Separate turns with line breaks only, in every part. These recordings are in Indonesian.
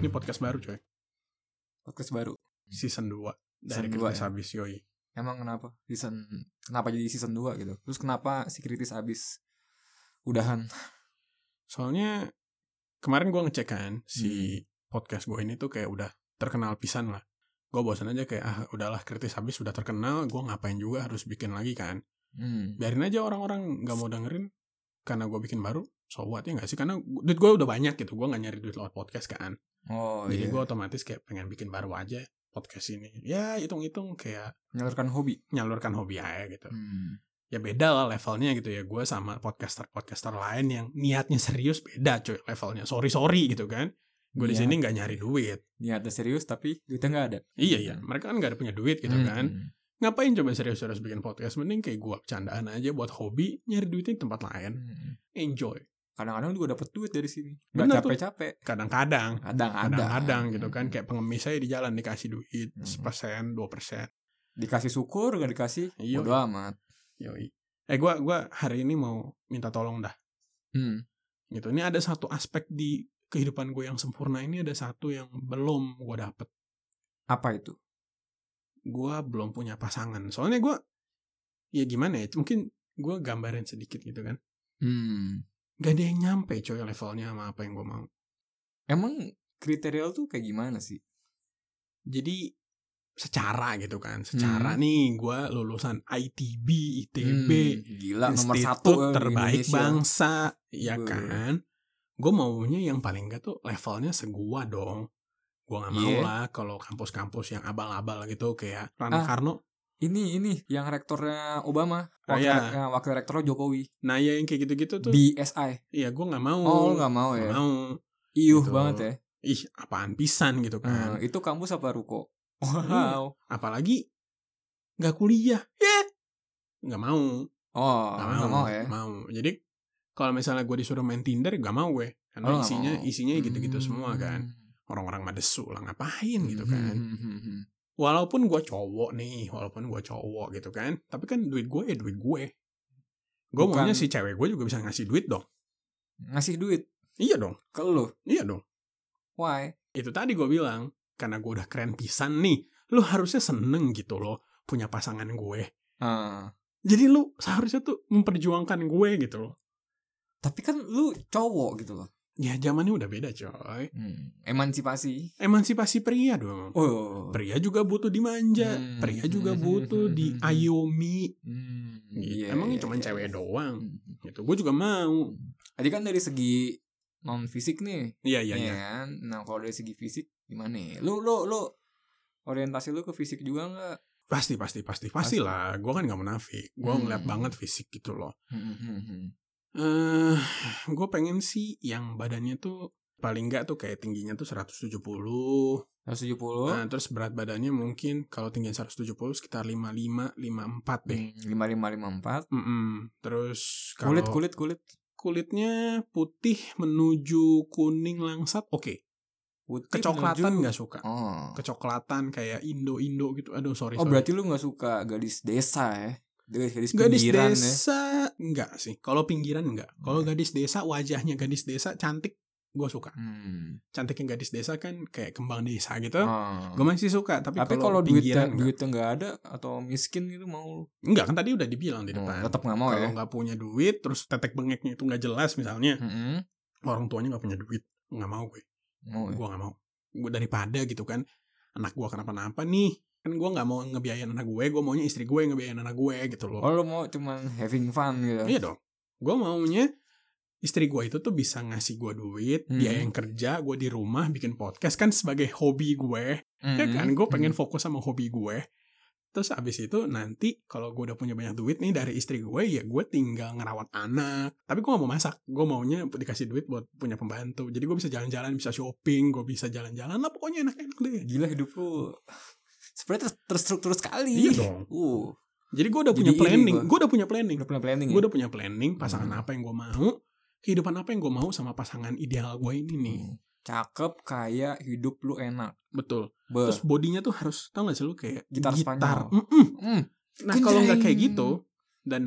Ini podcast baru coy.
podcast baru
Season 2
Season
dari
dua,
Kritis
ya?
Abis yoi.
emang kenapa season kenapa jadi season 2 gitu terus kenapa si kritis abis udahan
Soalnya kemarin gua ngecek kan
Hmm.
si podcast gue ini tuh kayak udah terkenal pisan lah. Gue bosan aja kayak ah udahlah Kritis Abis sudah terkenal, gua ngapain juga harus bikin lagi kan.
hmm.
Biarin aja orang-orang nggak mau dengerin karena gua bikin baru. So what ya nggak sih? Karena gu- duit gue udah banyak gitu. gua nggak nyari duit lewat podcast kan.
oh
Jadi
iya
gua otomatis kayak pengen bikin baru aja podcast ini. Ya hitung-hitung kayak
menyalurkan hobi
nyalurkan hobi aja gitu.
hmm.
ya beda lah levelnya gitu ya gue sama podcaster podcaster lain yang niatnya serius beda cuy levelnya sorry sorry gitu kan gue di
Iya.
sini nggak nyari duit
niatnya serius tapi duitnya nggak ada
iya iya mereka kan nggak ada punya duit gitu
Hmm.
kan ngapain coba serius-serius bikin podcast mending kayak gue bercandaan aja buat hobi nyari duitnya di tempat lain
Hmm.
enjoy
kadang-kadang juga dapat duit dari sini
Bener
nggak
tuh.
capek-capek
kadang-kadang
kadang-kadang
kadang-kadang gitu kan kayak pengemis saya di jalan dikasih duit
Hmm.
sepersen dua persen
dikasih syukur nggak dikasih
Iya.
bodo amat
yoi eh gue gua hari ini mau minta tolong dah
hmm.
gitu ini ada satu aspek di kehidupan gue yang sempurna ini ada satu yang belum gue dapet
apa itu
gue belum punya pasangan soalnya gue ya gimana ya mungkin gue gambarin sedikit gitu kan
hmm.
gak ada yang nyampe coy levelnya sama apa yang gue mau
emang kriteria lu tuh kayak gimana sih
jadi secara gitu kan secara
Hmm.
nih gue lulusan ITB ITB
Hmm, gila nomor
Institut
satu eh, di
terbaik
Indonesia.
bangsa ya
Wah.
kan gue maunya yang paling gak tuh levelnya segua dong gue gak mau
Iya.
lah kalau kampus-kampus yang abal-abal gitu kayak Rano
Ah.
Karno
Ini ini yang rektornya Obama,
Oh,
wakil,
iya.
yang wakil rektornya Jokowi,
Nah ya yang kayak gitu-gitu tuh
BSI.
Iya gue gak mau
Oh, lu nggak mau
Nggak
ya?
mau.
Iuh
Gitu.
banget ya.
Ih apaan pisan gitu
Nah,
kan
itu kampus apa ruko? Wow.
Apalagi Gak kuliah Eh. Gak mau
Oh,
Gak
nggak mau ya?
mau. Jadi kalau misalnya gue disuruh main Tinder gak mau gue Karena
Oh, nggak
isinya
mau.
isinya gitu-gitu
Hmm.
semua kan Orang-orang madesu lah ngapain gitu kan
Hmm, hmm, hmm.
Walaupun gue cowok nih Walaupun gue cowok gitu kan Tapi kan duit gue ya duit gue Gue
Bukan-
maunya si cewek gue juga bisa ngasih duit dong
Ngasih duit
Iya dong
ke lu.
Iya dong
Why?
itu tadi gue bilang karena gue udah keren pisan nih lu harusnya seneng gitu loh punya pasangan gue
Ah,
jadi lu seharusnya tuh memperjuangkan gue gitu loh
tapi kan lu cowok gitu loh.
ya zamannya udah beda coy
Hmm, Emansipasi.
emansipasi pria dong
Oh.
pria juga butuh dimanja
Hmm.
pria juga butuh diayomi
Hmm,
gitu.
iya,
emangnya
iya,
cuma
iya.
cewek doang
Hmm.
gitu gue juga mau
Tadi kan dari segi non fisik nih,
iya iya
Iya
iya
kan? Nah, kalau dari segi fisik gimana ya? Lu lu lu orientasi lu ke fisik juga nggak?
pasti pasti pasti pasti lah gue kan nggak munafik gue
Hmm.
ngeliat banget fisik gitu loh
Hmm, hmm, hmm.
eh gue pengen sih yang badannya tuh paling nggak tuh kayak tingginya tuh 170.
170.
Nah, terus berat badannya mungkin kalau tingginya 170 sekitar 55, 54 deh.
hmm, 5554.
Mm-mm. Terus kalau
Kulit kulit kulit
kulitnya putih menuju kuning langsat, oke.
putih
Kecoklatan
menuju-
nggak suka.
Oh.
Kecoklatan kayak Indo-Indo gitu. Aduh, sorry.
Oh,
sorry.
berarti lu nggak suka gadis desa ya? Gadis gadis
Gadis
pinggiran ya.
desa enggak sih. Kalau pinggiran enggak. Kalau gadis desa wajahnya gadis desa cantik, gue suka.
Hmm.
Cantiknya gadis desa kan kayak kembang desa gitu.
Oh.
Gue masih suka, tapi,
Tapi
kalau
kalau duitnya
pinggiran enggak.
duitnya nggak ada atau miskin gitu mau lu?
Enggak, kan tadi udah dibilang di
Oh,
depan.
tetap nggak mau
kalau
ya?
nggak punya duit, terus tetek bengeknya itu nggak jelas misalnya,
Mm-mm.
orang tuanya nggak punya duit, nggak mau gue.
Mau ya?
Gue nggak mau. Gue daripada gitu kan, anak gue kenapa-napa nih, kan gue nggak mau ngebiayain anak gue, gue maunya istri gue yang ngebiayain anak gue gitu loh.
Oh, lu mau cuman having fun gitu.
Iya dong. Gue maunya istri gue itu tuh bisa ngasih gue duit,
Hmm.
dia yang kerja, gue di rumah bikin podcast kan sebagai hobi gue. ya
Mm-mm.
kan gue pengen
Hmm.
fokus sama hobi gue terus abis itu nanti kalau gue udah punya banyak duit nih dari istri gue ya gue tinggal ngerawat anak tapi gue gak mau masak gue maunya dikasih duit buat punya pembantu jadi gue bisa jalan-jalan bisa shopping gue bisa jalan-jalan lah pokoknya gitu ya. enak-enak deh
Gila hidup lu sebenarnya ter- terstruktur sekali.
Iya dong.
Uh,
jadi gue udah
Jadi
punya
iri
planning
gua.
gue udah punya planning
udah punya planning ya?
gue udah punya planning pasangan
Hmm.
apa yang gue mau kehidupan apa yang gue mau sama pasangan ideal gue ini nih
Hmm. Cakep, kaya, hidup lu enak.
betul
Be.
terus bodinya tuh harus tau gak sih lu kayak
Gitar Spanyol.
Mm-mm.
Hmm,
Nah kalau nggak kayak
Anjay.
gitu dan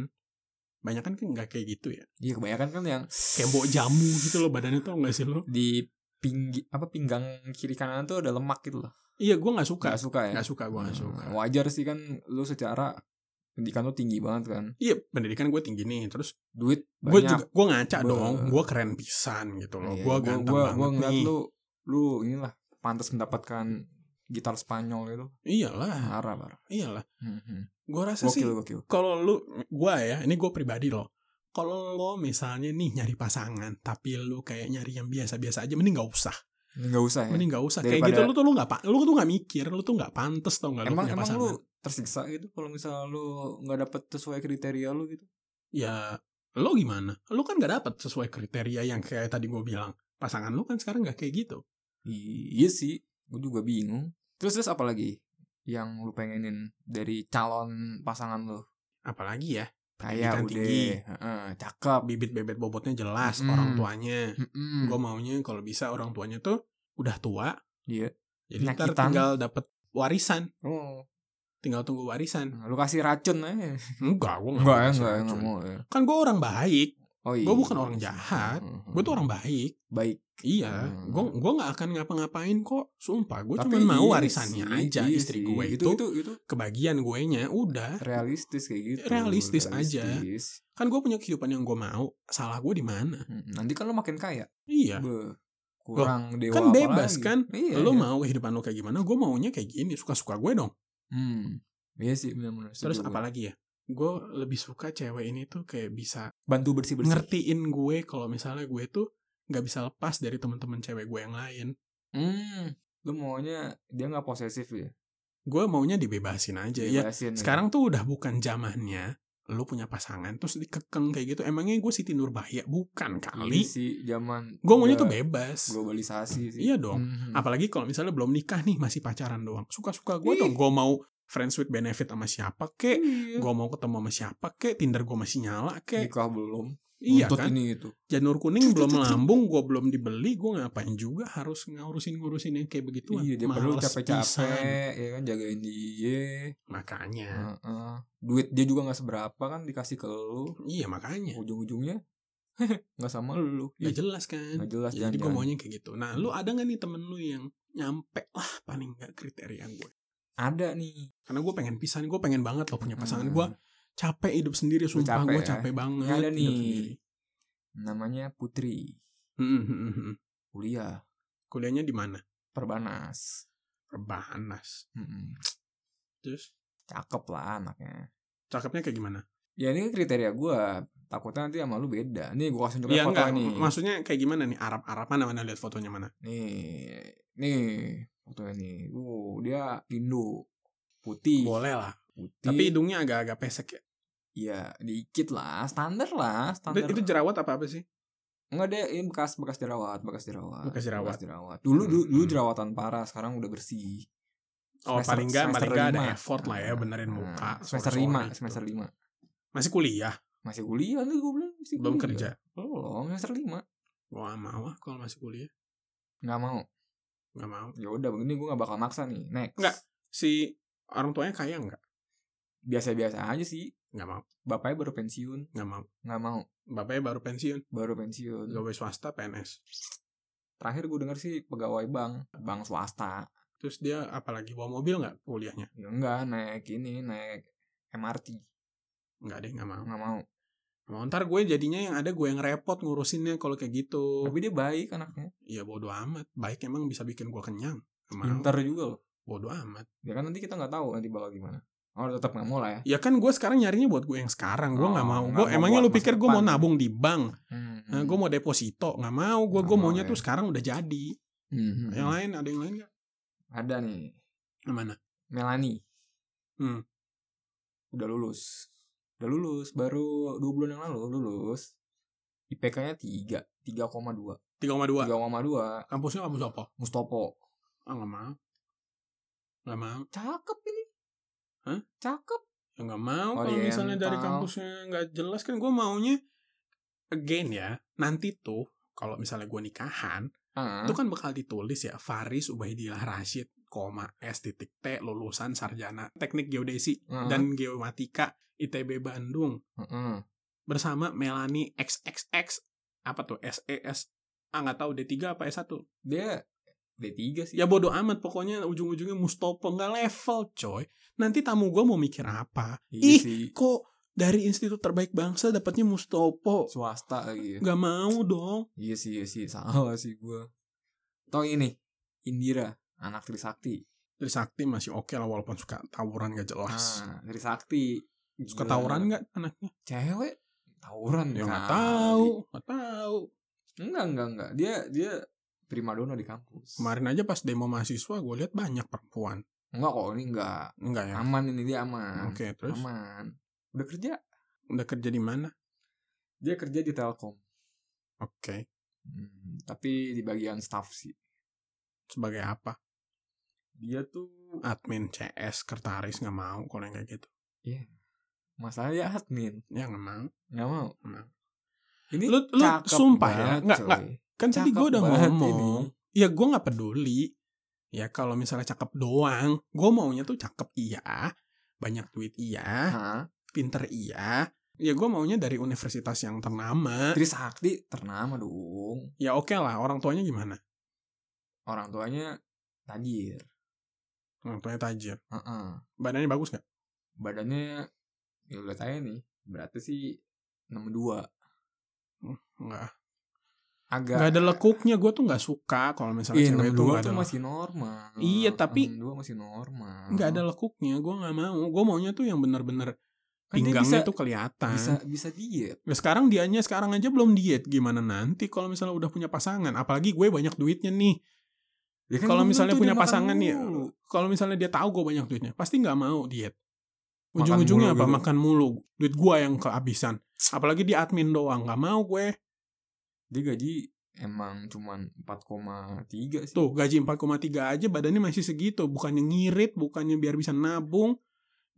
banyak kan nggak kayak gitu ya.
Iya kebanyakan kan yang
gitu Kayak bau jamu gitu loh badannya tau nggak sih lo?
di pinggi apa pinggang kiri kanan tuh ada lemak gitu loh.
Iya, gue nggak suka.
Gak suka ya.
Nggak suka, gue nggak
Hmm,
suka.
Wajar sih kan lu secara pendidikan lu tinggi banget kan.
Iya, pendidikan gue tinggi nih. Terus
Duit
gue
banyak.
juga gue ngaca
Gua-
dong. Gue keren pisan gitu loh.
Iya,
gue ganteng
gua,
banget
gua ngeliat
nih.
lu lu inilah pantas mendapatkan gitar Spanyol itu.
Iyalah,
Parah, parah.
iyalah.
Hmm, hmm.
Gue rasa Ah. sih
Gokil, gokil.
kalau lu gue ya, ini gue pribadi loh. Kalau lo misalnya nih nyari pasangan, tapi lu kayak nyari yang biasa-biasa aja, mending gak usah.
Enggak usah ya.
Mending gak usah. Kayak
Daripada-
gitu lu tuh lu nggak pa- lu tuh nggak mikir, lu tuh nggak pantas tau nggak lu
emang
punya
emang
pasangan.
lu tersiksa gitu kalau misal lu nggak dapet sesuai kriteria lu gitu.
ya lo gimana? Lo kan gak dapet sesuai kriteria yang kayak tadi gue bilang. Pasangan lo kan sekarang gak kayak gitu.
I- Iya sih, gue juga bingung. Terus terus apa lagi yang lu pengenin dari calon pasangan lu?
Apalagi ya, Pendidikan
Kayak udah
tinggi.
heeh, cakep.
bibit bebet bobotnya jelas
Mm-mm.
orang tuanya.
Mm-mm.
Gue maunya kalau bisa orang tuanya tuh udah tua.
Iya.
Jadi ntar
Penyakitan.
tinggal dapet warisan.
Oh,
Tinggal tunggu warisan.
Nah, lu kasih racun aja.
Enggak, gue gak mau
Enggak ya,
kasih
enggak ya,
racun.
enggak mau. ya.
Kan gue orang baik.
Oh iya.
Gue bukan orang jahat. Gue tuh orang baik.
baik.
Iya,
Hmm.
gue gua gak akan ngapa-ngapain kok. Sumpah, gue
Tapi
cuma mau
iya
warisannya
sih,
aja.
iya
Istri
sih.
gue
itu
itu,
itu itu
kebagian gue nya udah.
realistis kayak gitu.
Realistis aja.
Realistis.
kan gue punya kehidupan yang gue mau salah gue di mana
Mm, Nanti kan lu makin kaya.
iya
Beuh, kurang dewa
kan
apa
bebas
lagi.
kan?
Iya,
lo
iya.
mau kehidupan lo kayak gimana gue maunya kayak gini suka suka gue dong
Hmm. Iya sih benar-benar.
terus
setuju gue.
apalagi ya gue lebih suka cewek ini tuh kayak bisa
Bantu bersih-bersih.
ngertiin gue kalau misalnya gue tuh nggak bisa lepas dari teman-teman cewek gue yang lain
Hmm. Lu maunya dia nggak posesif ya?
gue maunya dibebasin aja ya
Bebasin
sekarang tuh udah bukan zamannya lo punya pasangan terus dikekeng kayak gitu emangnya gue Siti Nurbaya bukan
kali
kali
sih zaman
gue maunya tuh
udah
bebas
globalisasi sih.
Iya dong.
Mhm.
Apalagi kalau misalnya belum nikah nih masih pacaran doang. Suka-suka gue
Ih.
dong. Gue mau friends with benefit sama siapa kek.
Iya.
Gue mau ketemu sama siapa kek. Tinder gue masih nyala kek.
nikah belum.
Iya
Nuntut
kan.
ini gitu. itu.
Janur kuning belum melambung. Gue belum dibeli. Gue ngapain juga harus ngurusin-ngurusin yang kayak begitu.
Iya, dia perlu capek-capek ya kan
Iya.
jagain dia.
Makanya.
Heeh. Duit dia juga nggak seberapa kan dikasih ke lu.
Iya makanya.
Ujung-ujungnya nggak sama lu.
Gak jelas kan.
Nggak Iya. jelas
Ya, jadi gue
jangan-jangan. Hmm.
maunya kayak gitu. Nah lu ada gak nih temen lu yang nyampe lah paling gak kriteria gue.
Ada nih.
Karena gue pengen pisan. Gue pengen banget loh punya pasangan.
Hmm.
Gue capek hidup sendiri. Sumpah
capek
gue
ya?
capek banget.
Nggak ada
hidup
nih.
sendiri.
namanya Putri.
Hmm, hmm, hmm, hmm.
Kuliah
Kuliahnya di mana?
Perbanas.
Perbanas.
Mm-mm.
Terus
Cakep lah anaknya.
cakepnya kayak gimana?
Ya ini kriteria gua Takutnya nanti sama lu beda. Nih gua
Iya
kasih juga foto
enggak,
nih.
maksudnya kayak gimana nih? Arab-Arab mana mana lihat fotonya mana?
Nih, nih fotonya nih. Uh, dia Indo. Putih.
Boleh lah.
Putih.
Tapi hidungnya agak-agak pesek ya.
ya dikit lah, standar lah,
Itu,
standar.
itu jerawat apa apa sih?
Enggak deh, ini bekas bekas jerawat, bekas jerawat.
Bekas jerawat.
jerawat. Dulu dulu, dulu
Hmm.
jerawatan parah, sekarang udah bersih.
Oh,
Semester-
paling enggak
semester
paling enggak ada
lima.
effort lah ya benerin
Nah,
muka.
Semester
sore-sore
5,
gitu.
semester 5.
Masih kuliah,
Masih kuliah tuh gue belum masih
belum
kuliah.
kerja.
Belum, Oh, semester 5.
Gua nggak mau ah kalau masih kuliah,
Enggak mau.
nggak mau.
Ya udah begini gue gak bakal maksa nih. Next.
Nggak. Si orang tuanya kaya nggak?
Biasa-biasa aja sih.
Nggak mau,
Bapaknya baru pensiun,
nggak mau.
nggak mau.
Bapaknya baru pensiun,
Baru pensiun.
gawe swasta PNS.
Terakhir gue denger sih pegawai bank, bank swasta.
Terus dia apalagi bawa mobil nggak kuliahnya?
Ya enggak, naik ini, naik MRT.
Nggak deh, nggak mau.
Enggak mau.
Mau ntar gue jadinya yang ada gue yang repot ngurusinnya kalau kayak gitu.
Tapi dia baik anaknya.
Ya bodo amat. Baik emang bisa bikin gue kenyang. Emang
Pintar juga loh.
bodo amat.
Ya kan nanti kita nggak tahu nanti bakal gimana. Oh tetap nggak mau lah
Ya
ya.
kan gue sekarang nyarinya buat gue yang sekarang. Gue
Oh,
nggak mau.
nggak
Gue
mau
emangnya
buat
lu
masa
pikir gue mau
depan.
nabung di bank?
Hmm.
Nah, gue mau deposito. Nggak mau. Gue
Nggak
gue
mau
maunya
ya.
tuh sekarang udah jadi.
Hmm.
Yang lain ada yang lain nggak?
Ada nih
Yang Mana?
Melani.
Hmm.
Udah lulus. Udah lulus baru dua bulan yang lalu lulus. IPK-nya 3, 3,2.
3,2.
3,2
Kampusnya kampus apa?
Mustopo.
Ah nggak mau. Nggak mau.
Cakep ini.
Hah?
Cakep.
Ya nggak mau. Kalau misalnya dari
Oriental.
kampusnya nggak jelas kan gue maunya again ya. Nanti tuh kalau misalnya gue nikahan
Ah.
Itu kan bakal ditulis ya Faris Ubaidillah Rashid, koma S titik T lulusan sarjana teknik geodesi
Ah.
dan geomatika ITB Bandung
Heeh.
bersama Melani XXX apa tuh SES ah nggak tahu D3 apa S1
Dia D3 sih.
ya bodoh amat pokoknya ujung-ujungnya Mustopo nggak level coy nanti tamu gue mau mikir apa
Iya
ih
sih.
kok dari institut terbaik bangsa dapatnya Mustopo
Swasta lagi ya.
nggak mau dong
Iya sih, iya sih. Salah sih gue. Tau ini. Indira. Anak Trisakti.
Trisakti masih oke lah walaupun suka tawuran gak jelas
Nah, Trisakti.
suka
Gila.
tawuran nggak anaknya
Cewek. Tawuran.
ya nggak
kali.
tahu nggak tahu
Enggak, enggak, enggak. Dia, dia primadona di kampus.
kemarin aja pas demo mahasiswa gue lihat banyak perempuan
Enggak kok, ini enggak.
enggak ya
Aman ini, dia aman.
oke terus
Aman. Udah kerja.
udah kerja di mana
Dia kerja di Telkom.
oke
Hmm, tapi di bagian staff sih.
sebagai apa
Dia tuh
admin CS kertaris nggak mau kalau yang kayak gitu
masalahnya admin.
ya nggak mau
Nggak mau.
Nggak.
Ini
Nah. Lu- lu
cakep
sumpah ya?
banget,
Nggak,
coy.
nggak. kan tadi
Cakep
gue udah
banget
ngomong
ini.
ya gue nggak peduli ya kalau misalnya cakep doang gue maunya tuh cakep iya banyak duit iya
Hah?
pinter iya ya gue maunya dari universitas yang ternama
Trisakti ternama dong.
ya oke lah orang tuanya gimana
Orang tuanya tajir.
orang tuanya tajir
Heeh.
badannya bagus nggak
Badannya ya udah saya nih. Berarti sih 62.
nggak
Agak
nggak ada lekuknya gue tuh nggak suka kalau misalnya
Iya,
cewek tuh
62
nggak ada
tuh masih normal.
Iya, tapi-
62 masih normal.
nggak ada lekuknya gue nggak mau gue maunya tuh yang bener-bener
Kan dia
pinggangnya
bisa-
tuh kelihatan
bisa bisa diet.
Ya sekarang dianya sekarang aja belum diet gimana nanti kalau misalnya udah punya pasangan apalagi gue banyak duitnya nih
Ya kan
kalau
gua bilang
misalnya
tuh
punya
dia makan
pasangan nih
mulu.
kalau misalnya dia tahu gue banyak duitnya pasti nggak mau diet
Makan
ujung-ujungnya
mulu
apa
gitu.
makan mulu duit gue yang kehabisan apalagi di admin doang nggak mau gue
dia gaji emang cuman 4,3 sih.
tuh gaji 4,3 aja badannya masih segitu bukannya ngirit bukannya biar bisa nabung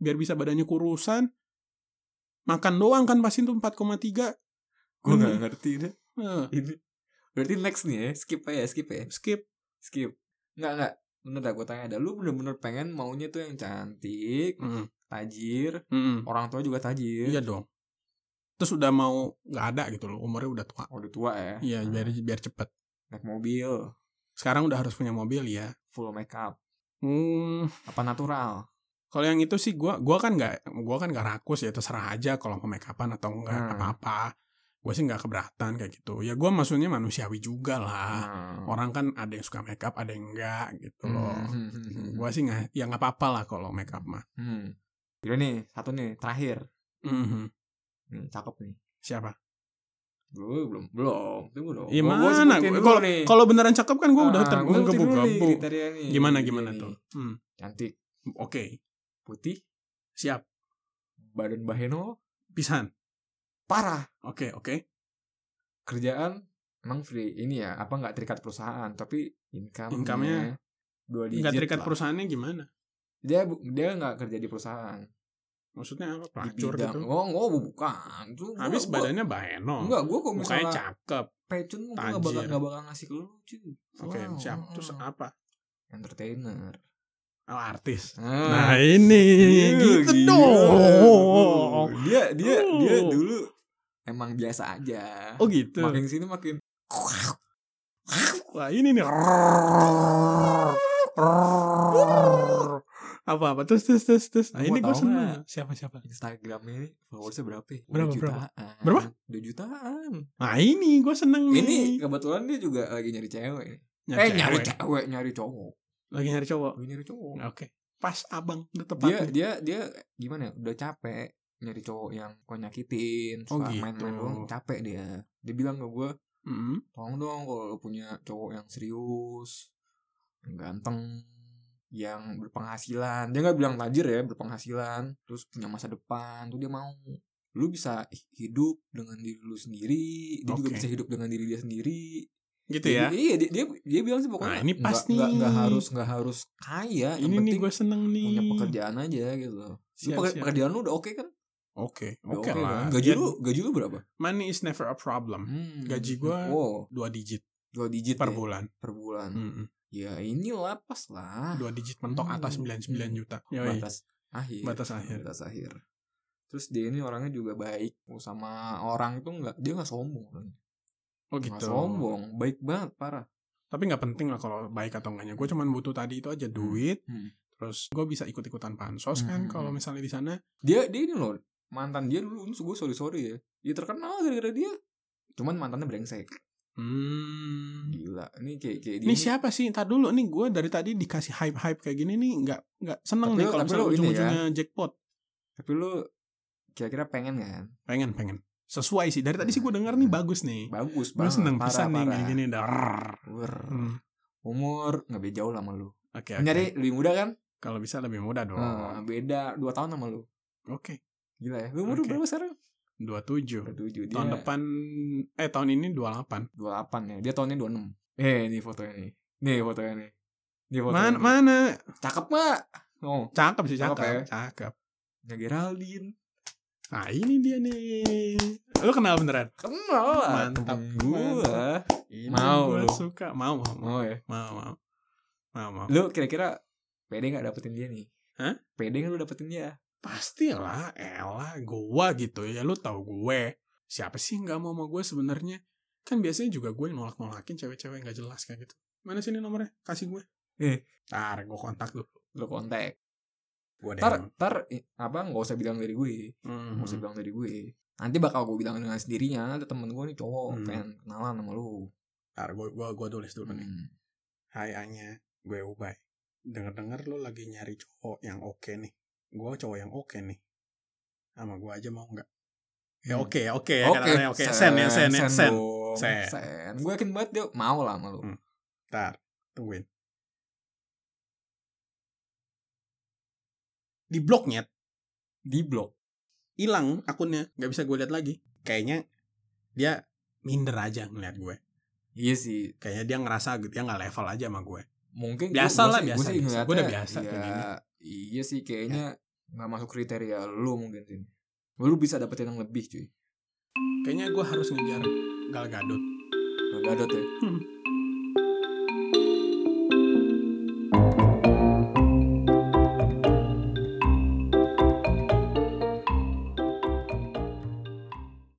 biar bisa badannya kurusan makan doang kan pasti tuh 4,3
Gue gak ngerti deh.
Eh,
Ini. Berarti next nih ya, skip aja, skip ya.
skip
Skip. Enggak, enggak. Bener dah gue tanya dah. Lu bener-bener pengen maunya tuh yang cantik,
Mm,
tajir,
mm.
orang tua juga tajir.
Iya dong. Terus udah mau nggak ada gitu loh, umurnya udah tua.
Udah tua ya.
Iya,
Nah,
biar biar cepet.
Naik mobil,
Sekarang udah harus punya mobil ya.
full makeup,
Hmm,
apa natural.
kalau yang itu sih gua gua kan nggak gua kan nggak rakus ya terserah aja kalau mau make upan atau nggak
Hmm.
apa-apa. Gue sih nggak keberatan kayak gitu. Ya gua maksudnya manusiawi juga lah.
Nah.
Orang kan ada yang suka make up, ada yang enggak gitu loh.
Hmm, hmm, hmm,
Gua sih nggak ya nggak apa-apa lah kalau make up mah.
hmm. Udah nih, satu nih, terakhir.
Mhm.
Nih, cakep nih.
Siapa?
Belum, belum, belum. Tunggu dong.
Ya
Gua- gua
mana?
sebutin
Gua-
dulu
Kalau
nih.
kalau beneran cakep kan gua udah
Ah, gua sebutin dulu nih
tergebu-gebu.
kriterianya nih.
Gimana
Iya
gimana
nih.
tuh? Hmm,
Cantik,
Oke,
putih,
siap.
badan baheno,
Pisan.
parah.
Oke, oke.
Kerjaan emang free. Ini ya, apa nggak terikat perusahaan, tapi income
Income-nya
dua digit.
Nggak terikat
lah.
perusahaannya gimana?
Dia bu- dia nggak kerja di perusahaan.
Maksudnya apa?
Di
Pelacur
bidang.
gitu.
Oh, oh, bukan. Tuh, gua-
Habis
gua-
badannya baeno.
Enggak, gua kok
Mukanya
misalnya
cakep.
pecun gua nggak bakal
Tajir.
nggak bakal ngasih ke lu, cuy.
Oke,
Wow,
siap.
mm,
Terus
mm.
apa?
entertainer.
Oh, artis. Nah,
Ah.
ini
Iya,
gitu
gila.
dong.
Dia dia dia
Oh.
dulu emang biasa aja.
Oh, gitu.
Makin sini makin
Wah, ini nih. Apa-apa terus terus terus terus. Nah,
Lu
ini
mau
gue
tahu
seneng. Siapa siapa?
Instagram ini followersnya berapa? ya?
Berapa,
Udah
berapa?
Jutaan.
Berapa?
Dua jutaan.
Nah, ini gue seneng nih.
Ini kebetulan dia juga lagi nyari cewek.
Nyari
eh nyari
cewek.
cewek, nyari cowok.
Lagi nyari cowok.
Lagi nyari cowok.
Oke. Pas abang udah tepat.
Dia dia dia gimana ya? Udah capek nyari cowok yang kok nyakitin,
Oh,
suka
gitu.
main-main doang, capek dia. Dia bilang ke gue,
Mm.
tolong dong kalau lu punya cowok yang serius, yang ganteng, yang berpenghasilan. Dia nggak bilang tajir ya, berpenghasilan, terus punya masa depan, tuh dia mau. Lu bisa hidup dengan diri lu sendiri, dia juga
Oke.
bisa hidup dengan diri dia sendiri.
Gitu ya.
Jadi, Iya, dia, dia dia bilang sih
Nah,
pokoknya.
ini pas
nggak- nggak-
nih.
nggak harus nggak harus kaya,
Ini
yang
nih
penting
gue seneng nih.
punya pekerjaan aja gitu. Lu
Siap,
peker-
siap.
pekerjaan lu udah oke kan?
Oke,
Udah
oke
oke
lah.
kan? Gaji
Ya,
lu gaji lu berapa?
money is never a problem.
Hmm.
Gaji gua-
wow,
Dua digit
dua digit
per
ya,
bulan.
per bulan.
Mm-mm.
Ya inilah pas lah.
Dua digit mentok
Hmm.
atas 99 juta. Yoi.
batas akhir.
Batas akhir.
Batas akhir. Terus dia ini orangnya juga baik, mau sama orang itu nggak dia nggak sombong orangnya.
Oh Oh
Nggak
gitu.
sombong baik banget parah
Tapi nggak penting lah kalau baik atau enggaknya. Gue cuman butuh tadi itu aja duit.
Hmm.
Terus gue bisa ikut-ikutan pansos kan
Hmm.
kalau misalnya di sana.
dia dia ini loh mantan dia dulu gue sorry sorry ya dia terkenal gara-gara dia cuman mantannya brengsek
Hmm.
gila ini kayak kayak dia
Ini siapa sih? Ntar dulu nih gue dari tadi dikasih hype-hype kayak gini nih nggak nggak seneng
Tapi
nih
lo-
kalau
tapi
misalnya
lo ini ya.
ujung-ujungnya jackpot.
tapi lu kira-kira pengen kan
Pengen pengen. Sesuai sih. Dari tadi sih gue denger nih
Hmm.
bagus nih.
bagus
Gue
banget
seneng
parah,
pisan nih
parah.
kayak gini. Dah. Rrrr.
Wer.
Hmm.
umur nggak beda jauh lama lu
Oke Ya, oke. Oh.
nyari lebih muda kan
Kalau bisa lebih mudah dong.
Nah, beda 2 tahun sama lu
Oke.
gila ya lu umur
Oke.
berapa sekarang
27.
tujuh iya.
Tahun depan eh tahun ini 28.
28 ya dia tahunnya 26 eh ini fotonya nih nih fotonya nih Nih fotonya
Mana
nih.
mana?
cakep pak oh
Cakep sih
Cakep
cakep.
ya?
Cakep.
ya Geraldine
Nah, ini dia nih. Lu kenal beneran?
kenal lah
Mantap,
temen gua
Ini
Mau
gua
lu.
suka. Mau mau mau
mau ya
mau. Mau mau. mau.
lu kira-kira pede nggak dapetin dia nih
Hah?
pede nggak lu dapetin dia
Pastilah, elah gua gitu ya. Lu tahu gue. Siapa sih nggak mau sama gue sebenarnya? Kan biasanya juga gue nolak-nolakin cewek-cewek nggak jelas kayak gitu. Mana sini nomornya? Kasih gue.
Eh.
Ntar gue kontak dulu.
lu kontak
Gue
tar tar eh, apa nggak usah bilang dari gue
Hmm.
nggak usah bilang dari gue nanti bakal gue bilang dengan sendirinya ada temen gue nih cowok
Hmm.
pengen kenalan sama lu
Ntar gue gua, gua tulis dulu nih.
Hmm.
Hai Anya, gue Ubay. Dengar-dengar lu lagi nyari cowok yang oke nih. Gue cowok yang oke nih. Sama gue aja mau nggak? Ya
Hmm.
oke, oke ya kata-katanya oke. Sen ya, sen ya, sen.
dong,
Sen.
sen. Gue yakin banget dia mau lah sama lu.
Hmm. Ntar, tungguin. Di bloknya
Di blok.
hilang akunnya, nggak bisa gue lihat lagi. Kayaknya dia minder aja ngeliat gue.
Iya sih.
Kayaknya dia ngerasa gitu, dia nggak level aja sama gue.
Mungkin
Biasa
gua- gua
lah,
sih- gua
biasa,
sih
biasa.
ngeliatnya,
Gua udah biasa
ya,
kayak gini. Ya.
Iya sih kayaknya nggak masuk kriteria lu mungkin sih. Lu bisa dapetin yang lebih cuy.
Kayaknya gue harus ngejar Gal Gadot.
Gak gadot ya.